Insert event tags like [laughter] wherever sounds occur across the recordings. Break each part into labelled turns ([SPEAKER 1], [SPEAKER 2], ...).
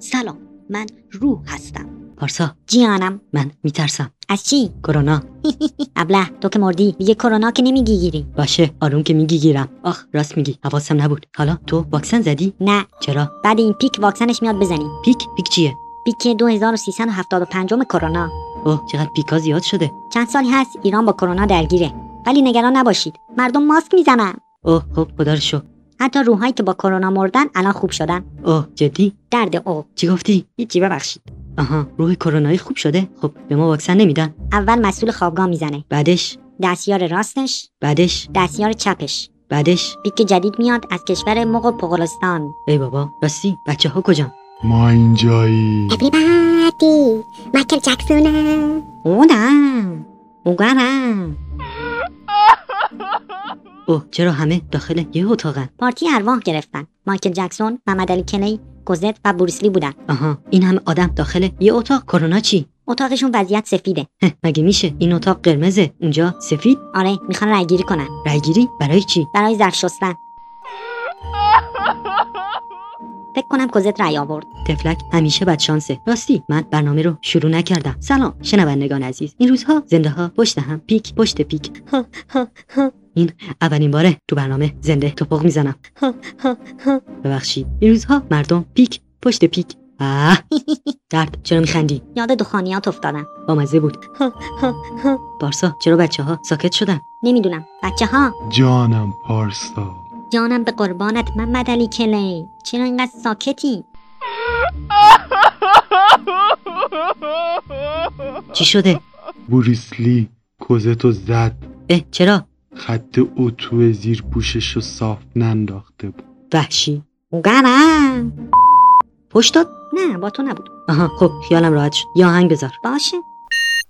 [SPEAKER 1] سلام من روح هستم
[SPEAKER 2] پارسا
[SPEAKER 1] جیانم
[SPEAKER 2] من میترسم
[SPEAKER 1] از چی
[SPEAKER 2] کرونا
[SPEAKER 1] [laughs] ابله تو که مردی دیگه کرونا که نمیگی گیری
[SPEAKER 2] باشه آروم که میگی گیرم آخ راست میگی حواسم نبود حالا تو واکسن زدی
[SPEAKER 1] نه
[SPEAKER 2] چرا
[SPEAKER 1] بعد این پیک واکسنش میاد بزنی
[SPEAKER 2] پیک پیک چیه
[SPEAKER 1] پیک 2375 کرونا
[SPEAKER 2] اوه چقدر پیکا زیاد شده
[SPEAKER 1] چند سالی هست ایران با کرونا درگیره ولی نگران نباشید مردم ماسک میزنن
[SPEAKER 2] اوه خب خدا رو شکر
[SPEAKER 1] حتی روحایی که با کرونا مردن الان خوب شدن
[SPEAKER 2] اوه جدی
[SPEAKER 1] درد او
[SPEAKER 2] چی گفتی
[SPEAKER 1] هیچی ببخشید
[SPEAKER 2] آها روح کرونایی خوب شده خب به ما واکسن نمیدن
[SPEAKER 1] اول مسئول خوابگاه میزنه
[SPEAKER 2] بعدش
[SPEAKER 1] دستیار راستش
[SPEAKER 2] بعدش
[SPEAKER 1] دستیار چپش
[SPEAKER 2] بعدش
[SPEAKER 1] پیک جدید میاد از کشور مغول پغلستان
[SPEAKER 2] ای بابا راستی بچه ها کجام
[SPEAKER 3] [laughs] ما اینجایی
[SPEAKER 1] Everybody مایکل جکسونه اونم اوگرم
[SPEAKER 2] اوه چرا همه داخل یه اتاقن
[SPEAKER 1] پارتی ارواح گرفتن مایکل جکسون محمد علی کنی گزت و بروسلی بودن
[SPEAKER 2] آها این همه آدم داخل یه اتاق کرونا چی
[SPEAKER 1] اتاقشون وضعیت سفیده
[SPEAKER 2] هه، مگه میشه این اتاق قرمزه اونجا سفید
[SPEAKER 1] آره میخوان رایگیری کنن
[SPEAKER 2] رایگیری برای چی
[SPEAKER 1] برای ظرف شستن فکر کنم کوزت رای آورد
[SPEAKER 2] تفلک همیشه بد شانسه راستی من برنامه رو شروع نکردم سلام شنوندگان عزیز این روزها زنده ها پشت هم پیک پشت پیک ها، ها، ها. این اولین باره تو برنامه زنده توپق میزنم ها، ها، ها. ببخشید این روزها مردم پیک پشت پیک آه درد چرا میخندی
[SPEAKER 1] یاد دخانیات افتادم
[SPEAKER 2] بامزه بود ها، ها، ها. پارسا چرا بچه ها ساکت شدن
[SPEAKER 1] نمیدونم بچه ها
[SPEAKER 3] جانم پارسا
[SPEAKER 1] جانم به قربانت محمد علی کلی چرا اینقدر ساکتی
[SPEAKER 2] چی شده
[SPEAKER 3] بوریسلی کوزتو زد
[SPEAKER 2] اه چرا
[SPEAKER 3] خط اتو زیر پوشش رو صاف ننداخته بود
[SPEAKER 2] وحشی
[SPEAKER 1] اوگرم
[SPEAKER 2] پشت داد
[SPEAKER 1] نه با تو نبود
[SPEAKER 2] آها خب خیالم راحت شد یه آهنگ بذار
[SPEAKER 1] باشه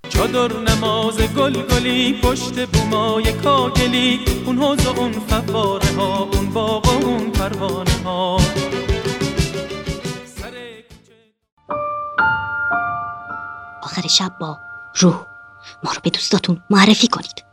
[SPEAKER 4] چادر نماز گلگلی پشت بومای کاگلی اون حوز و اون فواره ها اون باغ و اون پروانه ها سر کوچه-
[SPEAKER 1] آخر شب با روح ما رو به دوستاتون معرفی کنید